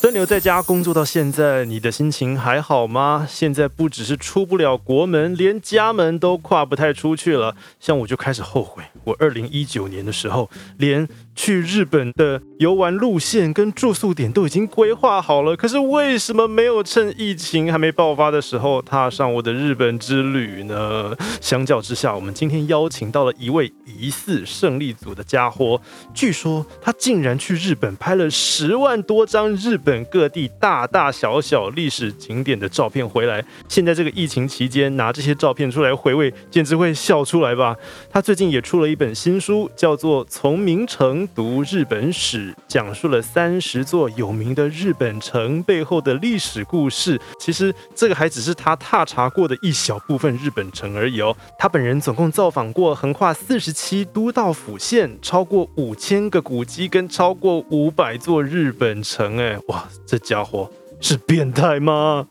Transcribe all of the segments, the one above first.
真留在家工作到现在，你的心情还好吗？现在不只是出不了国门，连家门都跨不太出去了。像我就开始后悔，我二零一九年的时候，连去日本的游玩路线跟住宿点都已经规划好了，可是为什么没有趁疫情还没爆发的时候踏上我的日本之旅呢？相较之下，我们今天邀请到了一位疑似胜利组的家伙，据说他竟然去日本拍了十万多张日本各地大大小小历史景点的照片回来。现在这个疫情期间，拿这些照片出来回味，简直会笑出来吧。他最近也出了一本新书，叫做《从名城读日本史》，讲述了三十座有名的日本城背后的历史故事。其实这个还只是他踏查过的一小部分日本城而已哦。他本人总共造访过横跨四十七都道府县，超过五千个古迹，跟超过五百座日本城。哎，哇，这家伙是变态吗？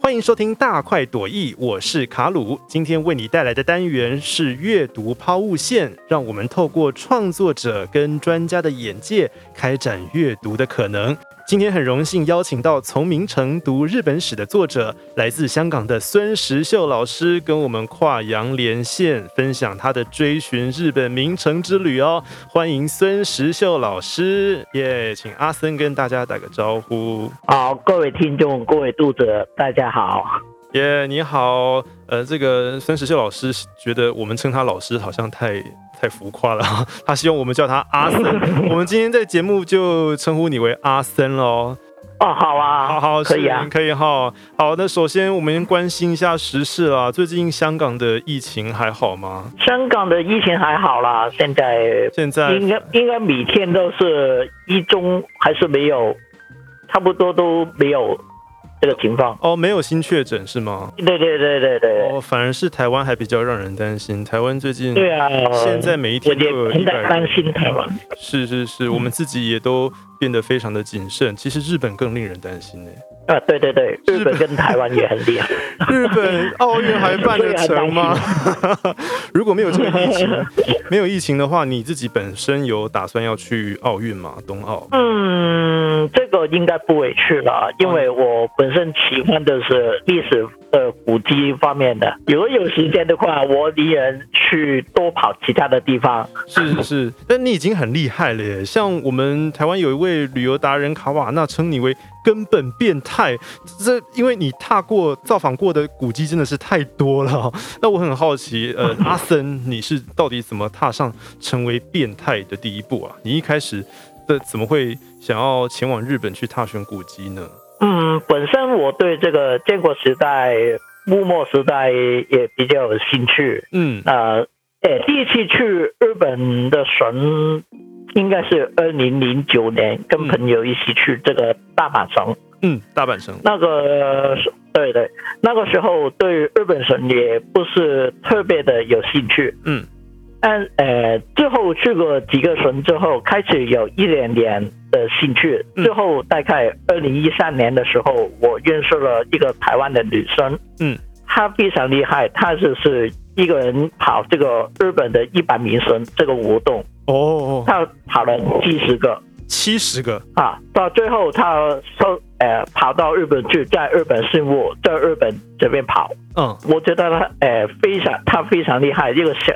欢迎收听《大快朵颐》，我是卡鲁。今天为你带来的单元是阅读抛物线，让我们透过创作者跟专家的眼界，开展阅读的可能。今天很荣幸邀请到《从名城读日本史》的作者，来自香港的孙石秀老师，跟我们跨洋连线，分享他的追寻日本名城之旅哦。欢迎孙石秀老师，耶、请阿森跟大家打个招呼。好，各位听众，各位读者，大家好。耶、你好，呃，这个孙石秀老师觉得我们称他老师好像太太浮夸了， 他希望我们叫他阿 森。我们今天在节目就称呼你为阿森喽。哦，好啊，好好，可以啊是。可以哈。好，那首先我们关心一下时事啦。最近香港的疫情还好吗？香港的疫情还好啦，现在现在应该应该每天都是一中还是没有，差不多都没有这个情况。哦，没有新确诊是吗？对对对对对，哦，反而是台湾还比较让人担心。台湾最近对啊。现在每一我天都也有一很百在担心台湾。是是是，我们自己也都变得非常的谨慎。其实日本更令人担心呢、啊，对对对，日本跟台湾也很厉 害。日本奥运还办得成吗？ 如果没有这个疫情，没有疫情的话，你自己本身有打算要去奥运吗？冬奥？嗯，这个应该不委屈了，因为我本身喜欢的是历史呃古迹方面的。如果有时间的话，我宁愿去多跑其他的地方。是是是， 但你已经很厉害了耶！像我们台湾有一位旅游达人卡瓦纳称你为根本变态，这因为你踏过、造访过的古迹真的是太多了 哦。那我很好奇， 呃，阿森，你是到底怎么踏上成为变态的第一步啊？你一开始的怎么会想要前往日本去踏寻古迹呢？嗯，本身我对这个建国时代、幕末时代也比较有兴趣。嗯，呃，诶，第一次去日本的神应该是二零零九年，跟嗯朋友一起去这个大阪城。嗯，大阪城，那个是对对，那个时候对日本神也不是特别的有兴趣，嗯，但呃之后去过几个神之后，开始有一点点的兴趣。嗯之后大概二零一三年的时候，我认识了一个台湾的女生，嗯，她非常厉害，她就是一个人跑这个日本的一百名神这个活动，哦，她跑了七十个。七十个，啊，到最后他收呃跑到日本去，在日本事务，在日本这边跑，嗯，我觉得他呃非常他非常厉害，一个小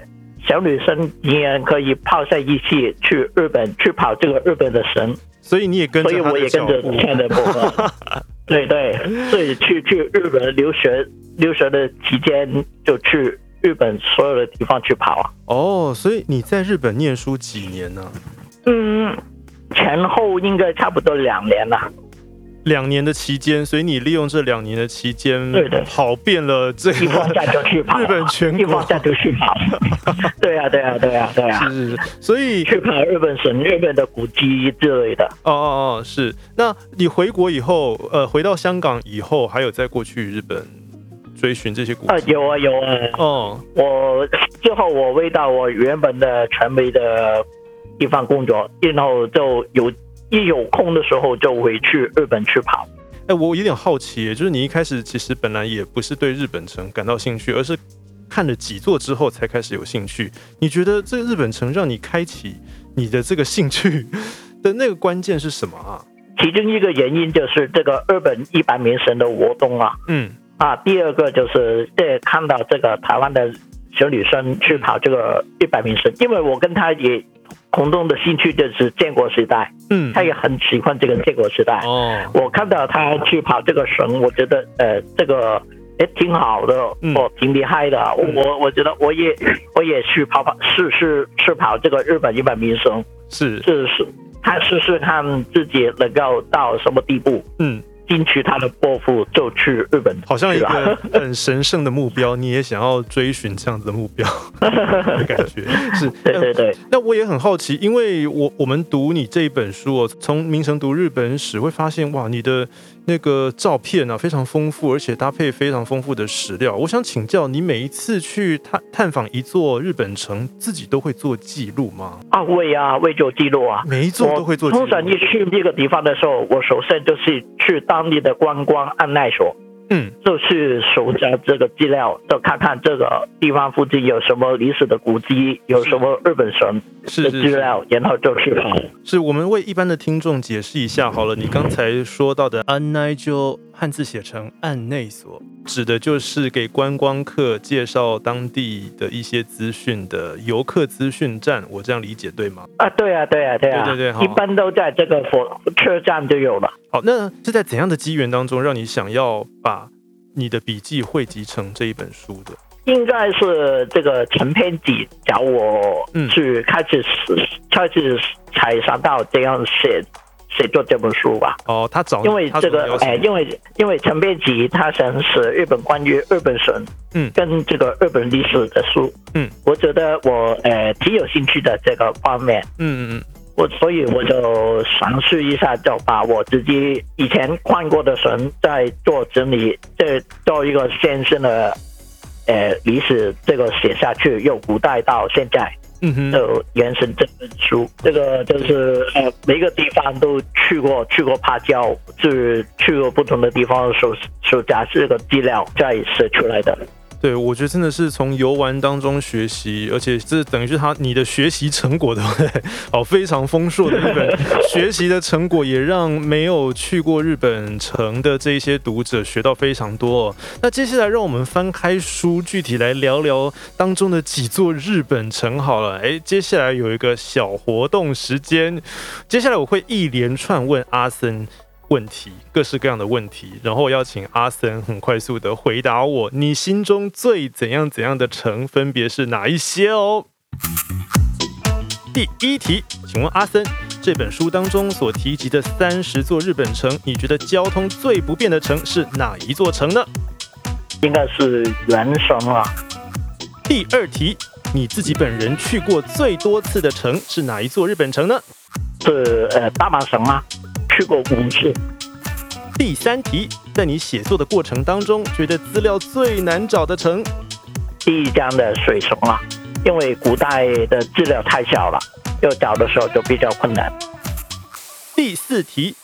小女生竟然可以泡在一起去日本去跑这个日本的神，所以你也跟所以着他我的也脚跟着步，看着 我，对对，所以去去日本留学留学的期间就去日本所有的地方去跑啊，哦，所以你在日本念书几年呢、嗯，前后应该差不多两年了。两年的期间，所以你利用这两年的期间对的，跑遍了这个一放假就去跑，日本全国一放假就去跑。 对啊，对啊，对啊，对啊，是是是，所以去跑日本省、日本的古迹之类的。哦哦哦，是。那你回国以后，呃，回到香港以后，还有再过去日本追寻这些古迹？啊，有啊，有啊。哦我之后我回到我原本的传媒的地方工作，然后就有一有空的时候就回去日本去跑。哎、我有点好奇耶，就是你一开始其实本来也不是对日本城感到兴趣，而是看了几座之后才开始有兴趣。你觉得这个日本城让你开启你的这个兴趣 的那个关键是什么啊？其中一个原因就是这个日本一百名神的活动啊嗯啊，第二个就是这看到这个台湾的小女生去跑这个一百名神，因为我跟她也共同的兴趣就是建国时代，嗯，她也很喜欢这个建国时代。哦，我看到她去跑这个绳，我觉得呃这个。也挺好的，嗯哦，挺厉害的。我我我觉得我也我也去跑跑试试试跑这个日本一百名绳，是，试试看试试看自己能够到什么地步。嗯，进去他的伯父就去日本，好像一 是吧个很神圣的目标，你也想要追寻这样子的目标的感觉，是， 对对对，那我也很好奇，因为我我们读你这一本书哦，从明成读日本史会发现，哇，你的那个照片啊非常丰富，而且搭配非常丰富的史料。我想请教你，每一次去探探访一座日本城，自己都会做记录吗？啊会啊会做记录啊。每一座都会做我记录通常一去那个地方的时候，我首先就是去当地的观光按奈所，嗯就是搜集这个资料，就看看这个地方附近有什么历史的古迹，有什么日本神是的是资是料，然后就去跑。是，我们为一般的听众解释一下好了。你刚才说到的安奈就汉字写成按内所，指的就是给观光客介绍当地的一些资讯的游客资讯站，我这样理解对吗？啊，对啊，对啊，对啊，对对对好一般都在这个火车站就有了。好，那是在怎样的机缘当中让你想要把你的笔记汇集成这一本书的？应该是这个陈编辑找我嗯去开始、开始才想到这样写写作这本书吧。哦，他找你因为他这找你个，要什么哎，因为因为陈编辑他想写日本关于日本神，嗯跟这个日本历史的书，嗯，我觉得我呃挺有兴趣的这个方面，嗯嗯嗯，我所以我就尝试一下，就把我自己以前看过的神再做整理，再做一个先生的呃历史这个写下去，由古代到现在嗯哼，就原神这本书，这个就是呃每个地方都去过，去过芭蕉，就是去过不同的地方手手夹这个资料再写出来的。对，我觉得真的是从游玩当中学习，而且这等于是他你的 学习成果，对不对？哦，非常丰硕的一本学习的成果，也让没有去过日本城的这一些读者学到非常多、哦。那接下来让我们翻开书，具体来聊聊当中的几座日本城好了。诶，接下来有一个小活动时间，接下来我会一连串问阿森。问题，各式各样的问题，然后要请阿森很快速的回答我，你心中最怎样怎样的城分别是哪一些哦？第一题，请问阿森，这本书当中所提及的三十座日本城，你觉得交通最不便的城是哪一座城呢？应该是原神啊，第二题，你自己本人去过最多次的城是哪一座日本城呢？是呃大阪神啊，去过五次。第三题，在你写作的过程当中，觉得资料最难找的城第一张的水虫啊，因为古代的资料太小了，要找的时候就比较困难。第四题，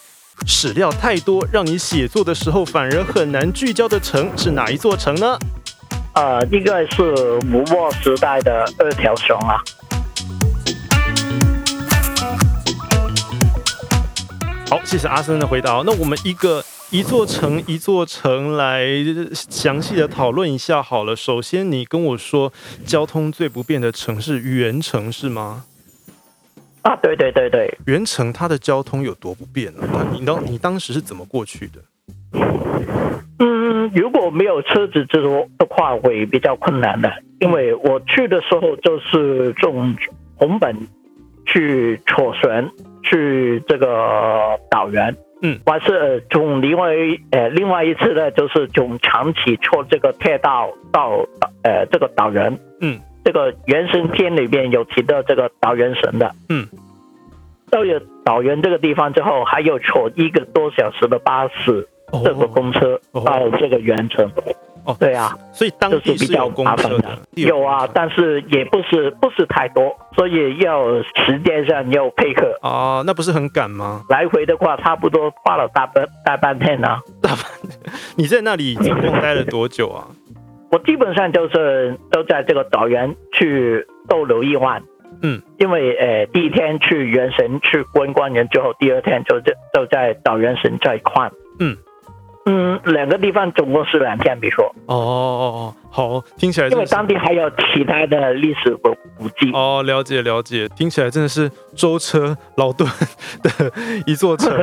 史料太多，让你写作的时候反而很难聚焦的城是哪一座城呢？呃，应该是五末时代的二条熊啊，好，谢谢阿森的回答哦。那我们一个一座城一座城来呃详细的讨论一下好了。首先，你跟我说交通最不便的城市原城是吗？啊，对对对对，原城它的交通有多不便呢、啊？你当你当时是怎么过去的？嗯，如果没有车子之后的话，会比较困难的，因为我去的时候就是从红本去坐船去这个岛原。嗯，完事呃从另外一呃另外一次呢，就是从长崎坐这个铁道到呃这个岛原，嗯，这个原神篇里面有提到这个岛原神的，嗯，到了岛原这个地方之后，还有坐一个多小时的巴士，这个哦，公车哦到这个原城。哦对啊，所以当这是地比是较有公麻烦车的的，，有公啊，车但是也不是不是太多，所以要时间上要配合。啊，那不是很赶吗？ 来回的话，差不多花了大半大半天呢、你在那里总共待了多久啊？我基本上就是都在这个岛原去逗留一晚。嗯，因为呃，第一天去原神去观光园之后，第二天就在就在岛原神这一块。嗯嗯，两个地方总共是两天，比如说，哦哦哦，好，听起来因真为的是当地还有其他的历史古古迹。哦，了解了解，听起来真的是舟车劳顿 的一座 城，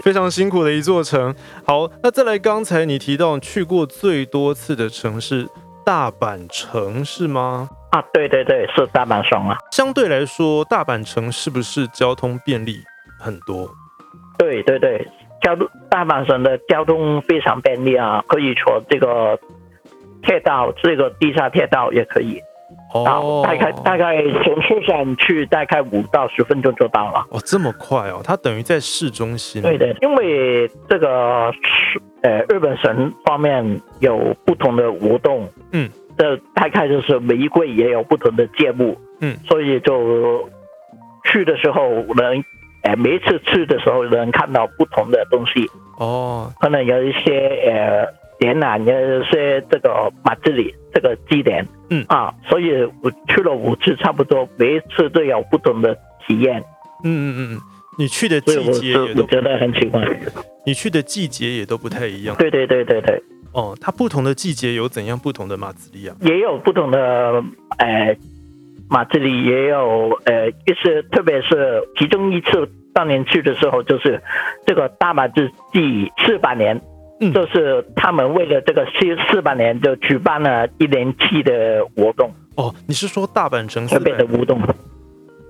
非常辛苦的一座城。好，那再来，刚才你提到你去过最多次的城市大阪城是吗？啊，对对对，是大阪双啊。相对来说，大阪城是不是交通便利很多？对对对，交通大阪省的交通非常便利啊，可以坐这个铁道，这个地下铁道也可以。啊，哦，大概大概从车站去大概五到十分钟就到了。哦，这么快哦，它等于在市中心。对的，因为这个是呃日本神方面有不同的活动，嗯，这大概就是每一柜也有不同的节目，嗯，所以就去的时候能，呃每一次去的时候能看到不同的东西，哦，可能有一些呃展览，有一些这个马自里这个祭典，嗯啊，所以我去了五次，差不多每一次都有不同的体验，嗯嗯嗯，你去的所以季我节是也我都觉得很喜欢。你去的季节也都不太一样对对对对对，哦。它不同的季节有怎样不同的马自力啊？也有不同的呃马自里，也有呃一些，特别是其中一次当年去的时候，就是这个大马自第四百年。嗯就是他们为了这个四四百年，就举办了一连期的活动，哦，你是说大阪城特四别的百？活动。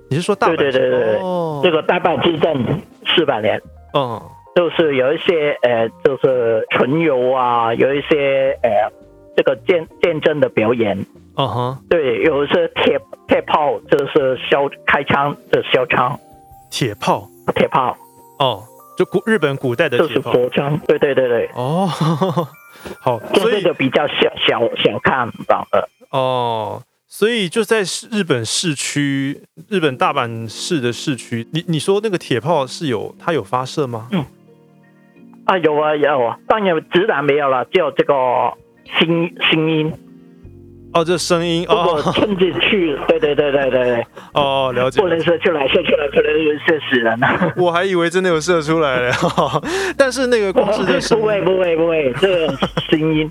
你是说大阪城？对对对对对哦，这个大阪之政四百年，嗯，就是有一些呃，就是唇游啊，有一些呃，这个见见证的表演，嗯哼，对，有一些铁铁炮，就是消开枪的消枪，铁炮铁炮哦，就古日本古代的就是铁炮佛枪，对对对对，哦。 好，就所这以个比较小小小看吧，呃，哦，所以就在市日本市区，日本大阪市的市区，你你说那个铁炮是有它有发射吗？啊有啊有啊，当然直男没有了，只有这个新新音，哦，这声音不过哦趁机去，对对对对对对，哦，了解不。能说去来说去来可能有些死人了。我还以为真的有射出来了，哦但是那个光是这声不会音，不会不会，这种声音。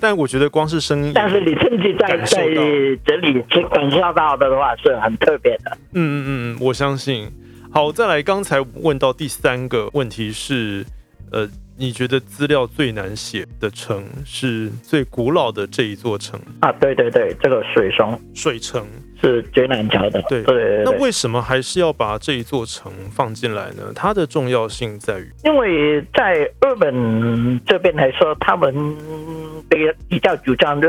但我觉得光是声音也，但是你甚至在感受在到这里是感受到的话是很特别的。嗯嗯嗯，我相信。好，再来，刚才问到第三个问题是，呃，你觉得资料最难写的城是最古老的这一座城啊，对对对，这个水松水城，是最难瞧的。对对对那对，为什么还是要把这一座城放进来呢？它的重要性在于，因为在日本这边来说，他们比比较主张日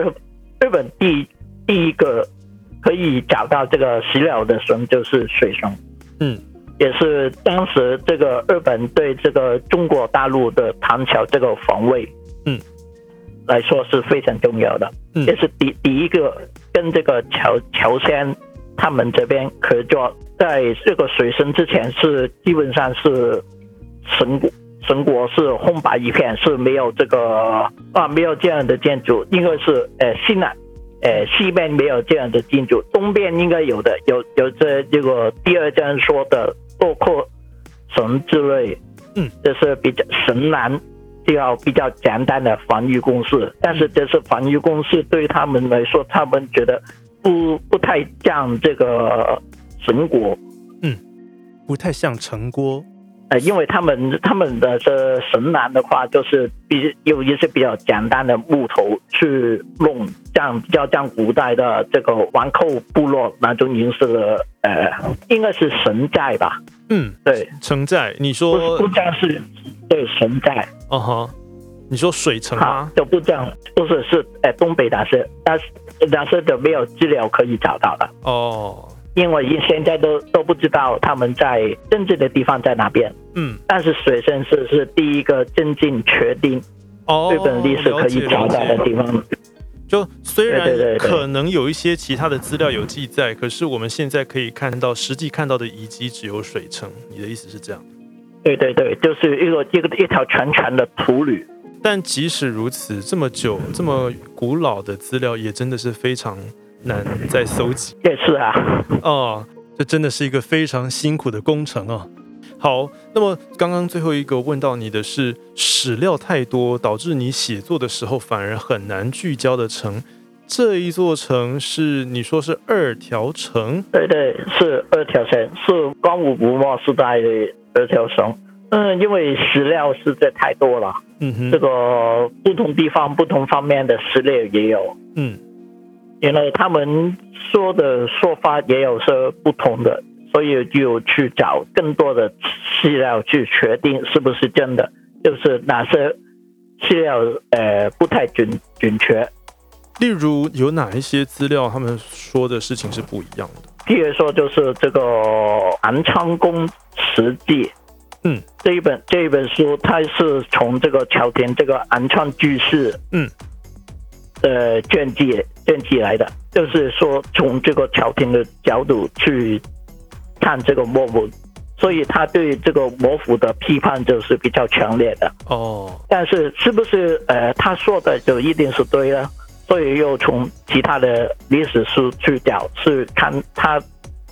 日本第第一个可以找到这个石料的松就是水松，嗯，也是当时这个日本对这个中国大陆的唐朝这个防卫，嗯，来说是非常重要的，嗯也是第第一个跟这个朝朝鲜他们这边合作，在这个水深之前是基本上是神国。神国是空白一片，是没有这个啊，没有这样的建筑，应该是呃西南呃，西边没有这样的建筑，东边应该有的，有有这这个第二章说的包括神之类，嗯，这是比较神南就要比较简单的防御工事，但是这是防御工事对他们来说，他们觉得不不太像这个神国，不太像城郭。呃，因为他们他们的这神南的话，就是比有一些比较简单的木头去弄，这样比较像古代的这个王寇部落那种形式的，呃，应该是神寨吧？嗯，对，城寨，你不说不，像是对神寨哦哈，你说水城啊吗，？就不这样，不是是呃东北大师，但是但是就没有资料可以找到了，哦，因为现在都都不知道他们在真正的地方在哪边。嗯，但是水神寺是第一个真正确定哦，日本历史可以找到了的解地方。就虽对对然对对可能有一些其他的资料有记载，可是我们现在可以看到实际看到的遗迹只有水城。你的意思是这样？对对对，就是一个一个一条长长的土旅，但即使如此，这么久、这么古老的资料也真的是非常难再搜集也是啊，哦。这真的是一个非常辛苦的工程啊。好，那么刚刚最后一个问到你的是史料太多，导致你写作的时候反而很难聚焦的城。这一座城是你说是二条城，对对，是二条绳，是光武不末时代的二条绳。嗯，因为史料实在太多了，嗯这哼，个不同地方、不同方面的史料也有，嗯因为他们说的说法也有是不同的，所以就去找更多的资料去确定是不是真的，就是哪些资料呃不太准准确。例如有哪一些资料他们说的事情是不一样的？譬如说，就是这个《南昌宫实记》，嗯，这一本这一本书，它是从这个朝廷这个南昌居士，嗯，呃，卷记卷记来的，就是说从这个朝廷的角度去看这个幕府，所以他对这个幕府的批判就是比较强烈的。哦，但是是不是呃他说的就一定是对呢？所以又从其他的历史书去找，去看他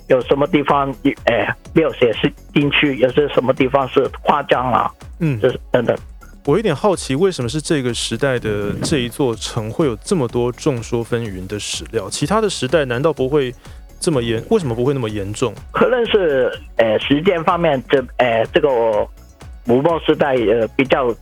有什么地方呃没有写是进去，有些什么地方是夸张了，嗯这，是等等。我有点好奇，为什么是这个时代的这一座城会有这么多众说纷纭的史料？其他的时代难道不会这么严？为什么不会那么严重？可能是呃时间方面这呃这个五末时代呃比较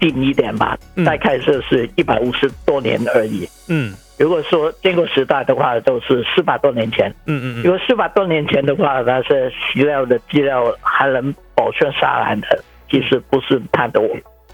近一点吧，嗯大概是是一百五十多年而已。嗯如果说建国时代的话，就是四百多年前。嗯嗯因嗯，为四百多年前的话，那是史料的资料还能保存下来的，其实不是太多。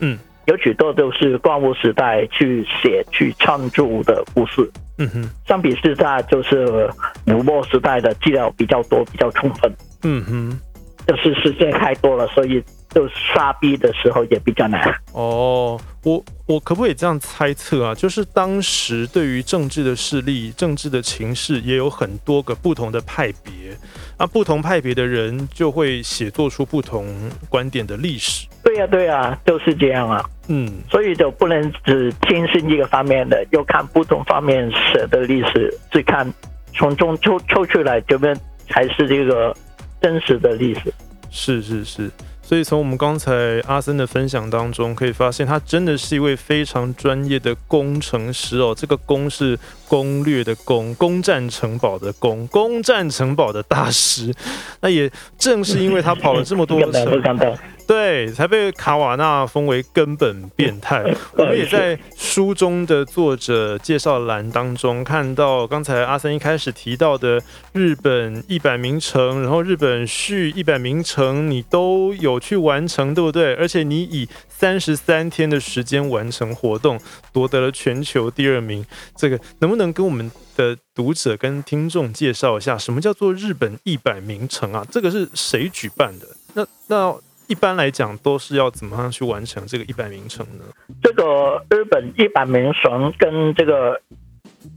嗯，有许多都是光武时代去写、去创作的故事。嗯哼，相比之下，就是五末时代的资料比较多、比较充分，嗯哼，就是时间太多了，所以就杀逼的时候也比较难。哦，我我可不可以这样猜测啊？就是当时对于政治的势力、政治的情势，也有很多个不同的派别，啊，不同派别的人就会写作出不同观点的历史。对呀、对呀、就是这样啊。嗯所以就不能只听信一个方面的，要看不同方面写的历史，去看从中抽抽出来，这边才是这个真实的历史。是是是，所以从我们刚才阿森的分享当中，可以发现他真的是一位非常专业的工程师哦。这个“攻”是攻略的“攻”，攻占城堡的“攻”，攻占城堡的大师。 那也正是因为他跑了这 么多根本不城，看到，对，才被卡瓦纳封为根本变态。我们也在书中的作者介绍栏当中看到，刚才阿森一开始提到的日本一百名城，然后日本续一百名城，你都有去完成，对不对？而且你以三十三天的时间完成活动，夺得了全球第二名。这个能不能跟我们的读者跟听众介绍一下，什么叫做日本一百名城啊？这个是谁举办的？那那一般来讲都是要怎么样去完成这个一百名城呢？这个日本一百名神跟这个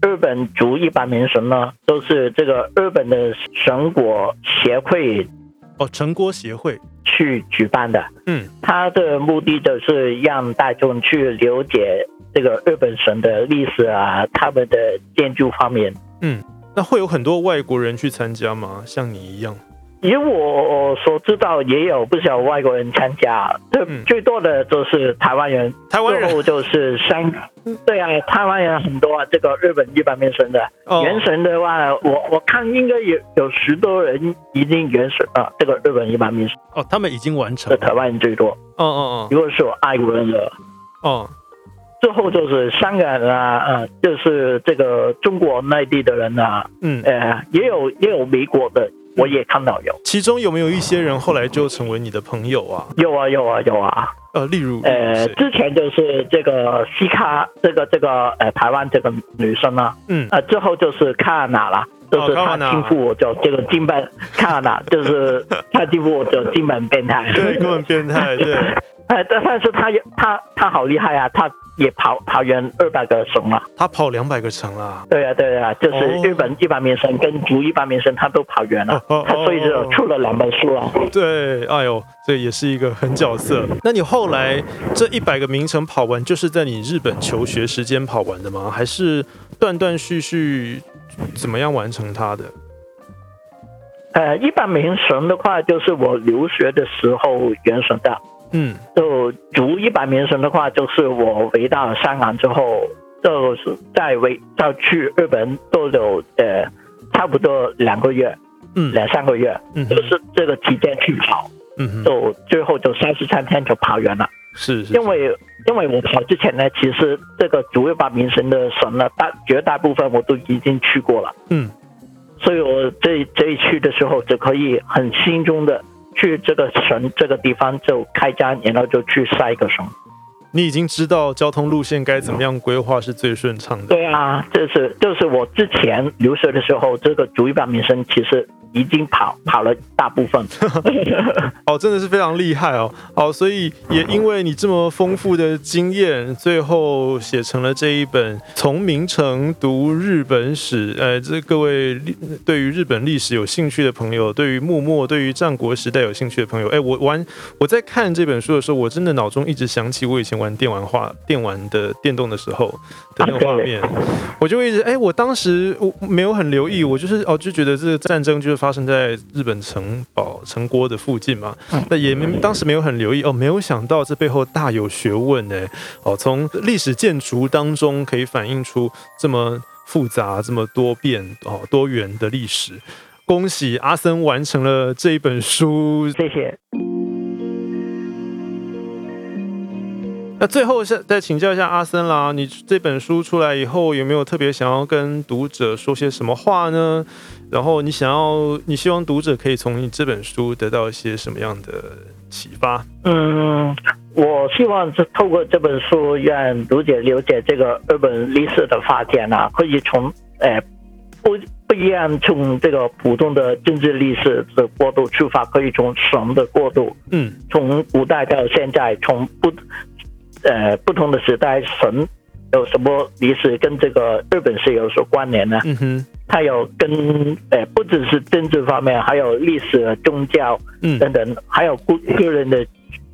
日本族一百名神呢，都是这个日本的神国协会哦，城郭协会，去举办的。嗯它的目的就是让大众去了解这个日本神的历史啊，他们的建筑方面。嗯，那会有很多外国人去参加吗？像你一样？以我所知道，也有不少外国人参加，最、嗯最多的就是台湾人，台湾最人嗯后就是香，对啊，台湾人很多啊。这个日本一百面神的、哦，原神的话，我我看应该有有十多人已经原神了。这个日本一百面神哦，他们已经完成的了。台湾人最多，哦哦如果是有爱国人的，哦哦，最后就是香港啊，呃，就是这个中国内地的人啊，嗯，呃，也有也有美国的，我也看到有，其中有没有一些人后来就成为你的朋友啊？有啊有啊有啊。呃，例如，呃，谁之前就是这个西卡，这个这个呃台湾这个女生呢、嗯，哦呃，之后就是卡纳啦，就是卡她纳嗯欺负我就这个金本卡纳，就是她欺负我就金本变态。 对，根本变态，对，呃，但但是她也她她好厉害啊，她也跑跑远二百个省啊了。他跑两百个城啊，对啊，对啊，就哦是日本一百名山跟竹一百名山，他都跑远了，哦哦他所以就出了两本书啊。对，哎呦，这也是一个狠角色。那你后来这一百个名城跑完，就是在你日本求学时间跑完的吗？还是断断续续怎么样完成它的？呃，一百名神的话，就是我留学的时候原神的；嗯，就竹一百名神的话，就是我回到香港之后，就是再回再去日本都有呃差不多两个月，嗯两三个月，嗯哼就是这个期间去跑，嗯哼，就最后就三十三天就跑完了。是是，因为因为我跑之前呢，其实这个主位把名神的神呢，大绝大部分我都已经去过了，嗯所以我这这一去的时候就可以很心中的去这个神这个地方就开张，然后就去下一个神。你已经知道交通路线该怎么样规划是最顺畅的。对啊，这是就是我之前留学的时候，这个主位把名神其实已经跑跑了大部 分。哦，真的是非常厉害哦！哦，所以也因为你这么丰富的经验，最后写成了这一本《从明成读日本史》。呃，这各位历对于日本历史有兴趣的朋友，对于幕末、对于战国时代有兴趣的朋友，哎，我玩我在看这本书的时候，我真的脑中一直想起我以前玩电玩画、电玩的电动的时候的那个画面，我就会一直哎、我当时我没有很留意，我就是哦就觉得这个战争就是发生在日本城堡城郭的附近嘛，那也没当时没有很留意哦，没有想到这背后大有学问呢。哦，从历史建筑当中可以反映出这么复杂、这么多变、哦多元的历史。恭喜阿森完成了这一本书。谢谢。那最后是再请教一下阿森啦，你这本书出来以后有没有特别想要跟读者说些什么话呢？然后你想要，你希望读者可以从你这本书得到一些什么样的启发？嗯，我希望是透过这本书，让读者了解这个日本历史的发展啊，可以从呃不不一样，从这个普通的政治历史的过渡出发，可以从神的过渡，嗯从古代到现在，从不呃不同的时代，神有什么历史跟这个日本是有所关联呢？嗯哼它有跟呃不只是政治方面，还有历史、宗教。嗯，等等，还有个个人的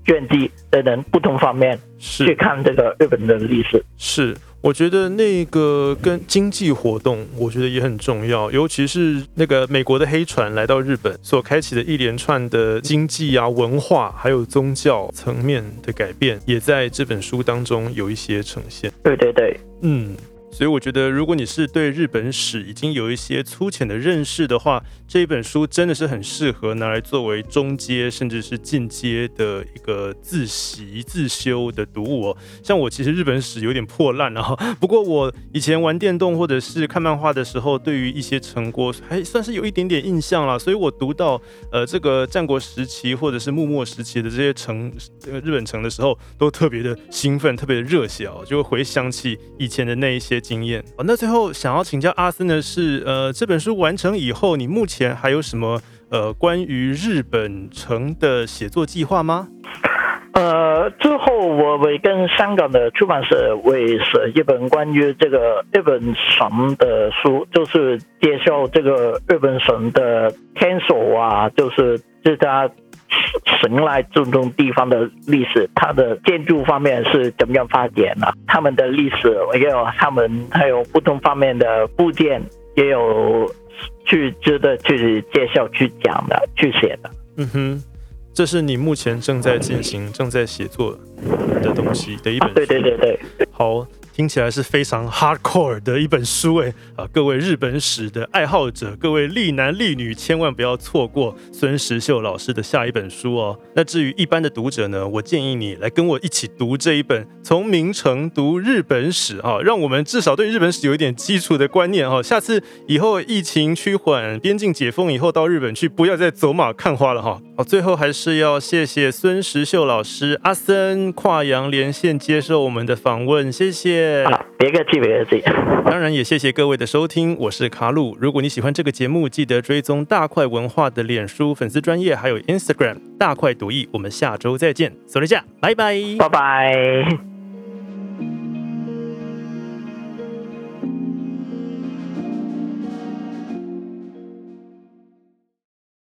见地等等不同方面是去看这个日本的历史。是，我觉得那个跟经济活动，我觉得也很重要，尤其是那个美国的黑船来到日本所开启的一连串的经济啊、文化还有宗教层面的改变，也在这本书当中有一些呈现。对对对，嗯，所以我觉得，如果你是对日本史已经有一些粗浅的认识的话，这一本书真的是很适合拿来作为中阶甚至是进阶的一个自习自修的读物、哦。像我其实日本史有点破烂啊， 不过我以前玩电动或者是看漫画的时候，对于一些城郭还算是有一点点印象啦。所以我读到呃这个战国时期或者是幕末时期的这些城，呃日本城的时候，都特别的兴奋，特别的热血哦，就会回想起以前的那一些经验。哦，那最后想要请教阿森的是，呃，这本书完成以后，你目前还有什么呃关于日本城的写作计划吗？呃，之后我会跟香港的出版社会写一本关于这个日本神的书，就是介绍这个日本神的天守啊，就是这家。神来这种地方的历史，它的建筑方面是怎么样发展的、他们的历史也有他们还有不同方面的部件，也有去值得去介绍、去讲的、去写的。嗯哼，这是你目前正在进行、正在写作的东西的一本啊书。，对对对对。好，听起来是非常 hardcore 的一本书诶啊！各位日本史的爱好者，各位历男历女，千万不要错过孙石秀老师的下一本书哦。那至于一般的读者呢，我建议你来跟我一起读这一本《从明成读日本史》啊，让我们至少对日本史有一点基础的观念哈、下次以后疫情趋缓、边境解封以后到日本去，不要再走马看花了哈。好，最后还是要谢谢孙石秀老师、阿森跨洋连线接受我们的访问，谢谢。啊，别客气，别客气。当然也谢谢各位的收听，我是卡鲁。如果你喜欢这个节目，记得追踪大块文化的脸书粉丝专业，还有 Instagram 大块读艺。我们下周再见，走了下，拜拜。拜拜。